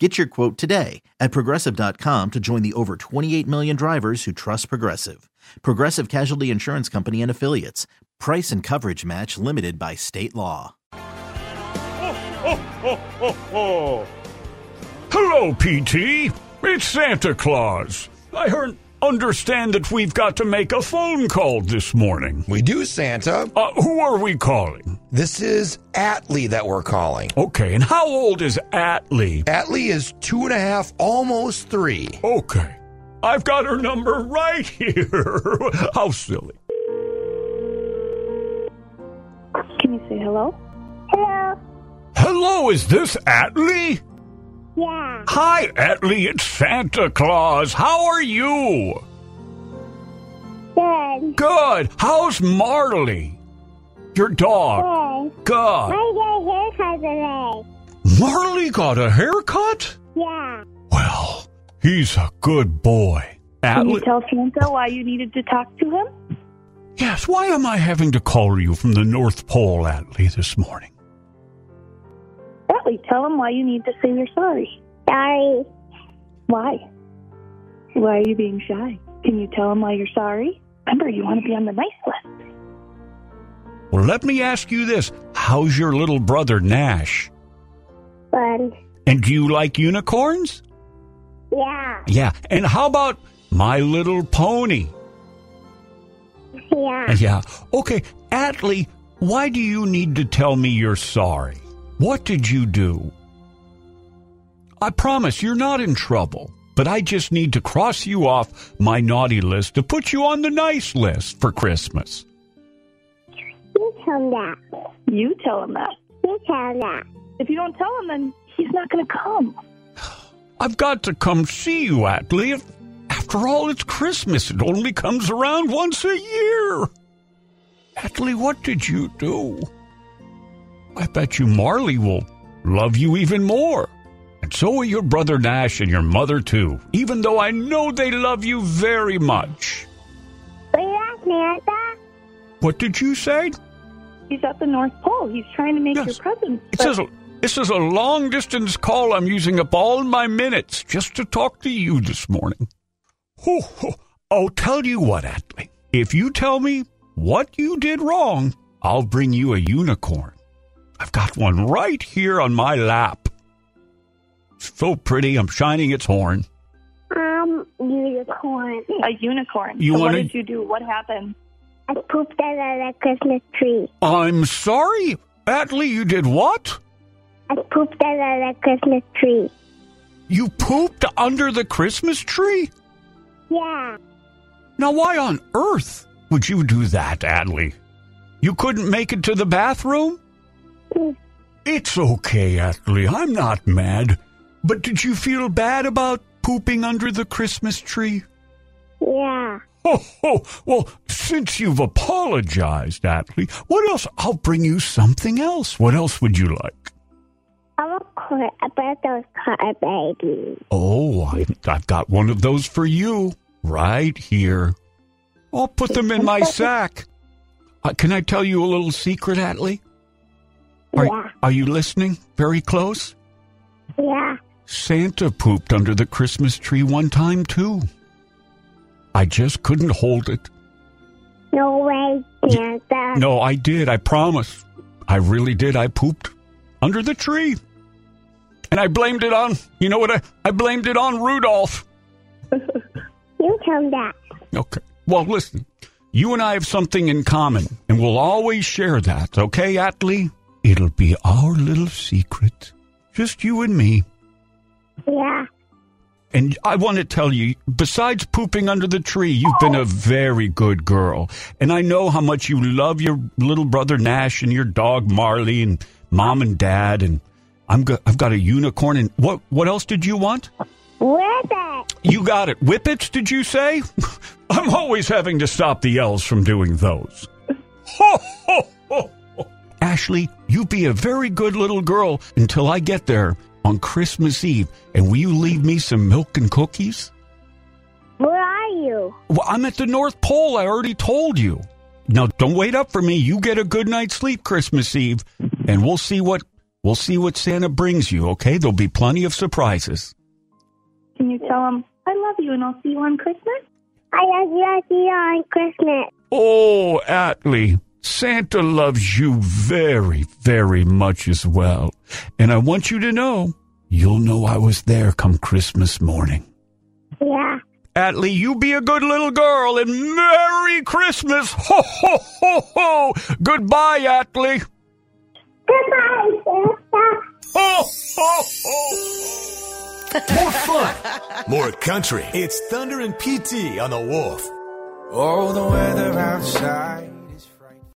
Get your quote today at progressive.com to join the over 28 million drivers who trust Progressive. Progressive Casualty Insurance Company and Affiliates. Price and coverage match limited by state law. Ho, ho, ho, ho. Hello, PT. It's Santa Claus. I heard, understand that we've got to make a phone call this morning. We do, Santa. Uh, who are we calling? This is Atlee that we're calling. Okay, and how old is Atlee? Atlee is two and a half, almost three. Okay, I've got her number right here. how silly. Can you say hello? Hello. Hello, is this Atlee? Yeah. Hi, Atlee, it's Santa Claus. How are you? Good. Good. How's Marley? Your dog. Good. Oh. Good. I get a haircut today. Marley got a haircut? Yeah. Well, he's a good boy. Can you Atlee? tell Santa why you needed to talk to him? yes, why am I having to call you from the North Pole, Atlee, this morning? Atlee, tell him why you need to say you're sorry. Sorry. Why? Why are you being shy? Can you tell him why you're sorry? Remember, you want to be on the nice list. Well, let me ask you this How's your little brother, Nash? Fun. And do you like unicorns? Yeah. Yeah. And how about My Little Pony? Yeah. Yeah. Okay, Atlee, why do you need to tell me you're sorry? What did you do? I promise you're not in trouble, but I just need to cross you off my naughty list to put you on the nice list for Christmas. You tell him that. You tell him that. You tell him that. If you don't tell him, then he's not going to come. I've got to come see you, Atlee. If- After all, it's Christmas. It only comes around once a year. Atlee, what did you do? I bet you Marley will love you even more. And so will your brother Nash and your mother, too, even though I know they love you very much. Were you at Santa? What did you say? He's at the North Pole. He's trying to make Yes. your presents. It but- says, this is a long distance call. I'm using up all my minutes just to talk to you this morning. Ho, ho. I'll tell you what, Atlee. If you tell me what you did wrong, I'll bring you a unicorn. I've got one right here on my lap. It's so pretty. I'm shining its horn. Um, unicorn. a unicorn. You so what wanna- did you do? What happened? I pooped under the Christmas tree. I'm sorry, Atlee. You did what? I pooped under the Christmas tree. You pooped under the Christmas tree? Yeah. Now, why on earth would you do that, Adley? You couldn't make it to the bathroom? Mm. It's okay, Adley. I'm not mad. But did you feel bad about pooping under the Christmas tree? Yeah. Oh, oh well, since you've apologized, Adley, what else? I'll bring you something else. What else would you like? I'm a corn. I bet those car baby. Oh, I, I've got one of those for you right here. I'll put them in my sack. Uh, can I tell you a little secret, Atlee? Are, Yeah. are you listening? Very close? Yeah. Santa pooped under the Christmas tree one time, too. I just couldn't hold it. No way, Santa. No, I did. I promise. I really did. I pooped under the tree. And I blamed it on, you know what? I, I blamed it on Rudolph. You tell him that. Okay. Well, listen, you and I have something in common, and we'll always share that, okay, Atlee? It'll be our little secret. Just you and me. Yeah. And I want to tell you, besides pooping under the tree, you've been a very good girl. And I know how much you love your little brother Nash and your dog Marley and mom and dad. And I'm go- I've got a unicorn. And what, what else did you want? With it. You got it. Whippets, did you say? I'm always having to stop the elves from doing those. Ho, ho, ho, ho. Ashley, you be a very good little girl until I get there on Christmas Eve. And will you leave me some milk and cookies? Where are you? Well, I'm at the North Pole. I already told you. Now, don't wait up for me. You get a good night's sleep Christmas Eve, and we'll see what we'll see what Santa brings you. Okay? There'll be plenty of surprises. Can you tell him I love you and I'll see you on Christmas? I love you I see you on Christmas. Oh, Atlee, Santa loves you very, very much as well, and I want you to know you'll know I was there come Christmas morning. Yeah. Atlee, you be a good little girl and Merry Christmas! Ho, ho, ho, ho! Goodbye, Atlee! Goodbye, Santa. Ho, ho, ho! More fun, more country. It's Thunder and PT on the Wolf. Oh, the weather outside is frightful.